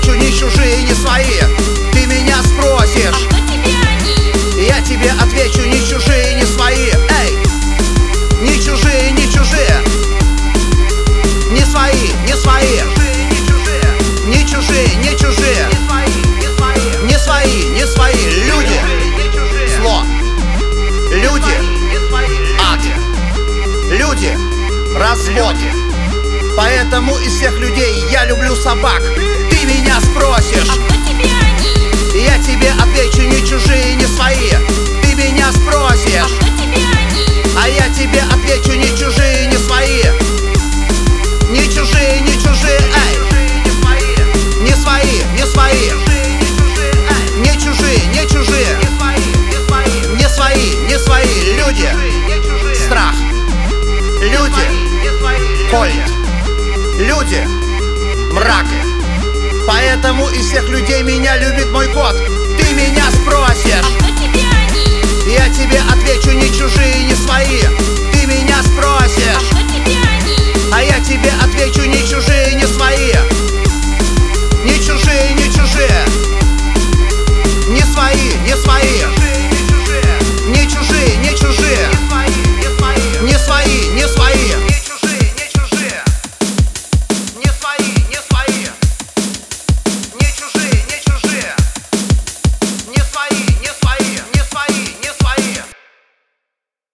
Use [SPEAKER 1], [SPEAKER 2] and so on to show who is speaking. [SPEAKER 1] чужие, не свои Ты меня
[SPEAKER 2] А
[SPEAKER 1] спросишь,
[SPEAKER 2] кто тебе они?
[SPEAKER 1] и я тебе отвечу Не чужие, не свои, эй Не чужие, не чужие Не свои, не свои Не чужие, не чужие Не свои, не свои, люди Зло Люди ад Люди развод Поэтому из всех людей я люблю собак Ты меня
[SPEAKER 2] А
[SPEAKER 1] спросишь
[SPEAKER 2] кто тебе они?
[SPEAKER 1] и Я тебе отвечу не чужие, не свои Ты меня
[SPEAKER 2] А
[SPEAKER 1] спросишь
[SPEAKER 2] кто тебе они?
[SPEAKER 1] А я тебе отвечу не чужие, не свои Не чужие, не чужие, эй Не свои, не свои Не чужие, не чужие Не свои, не свои, люди Страх Люди Кольт Люди Мрак Поэтому из всех людей а
[SPEAKER 2] А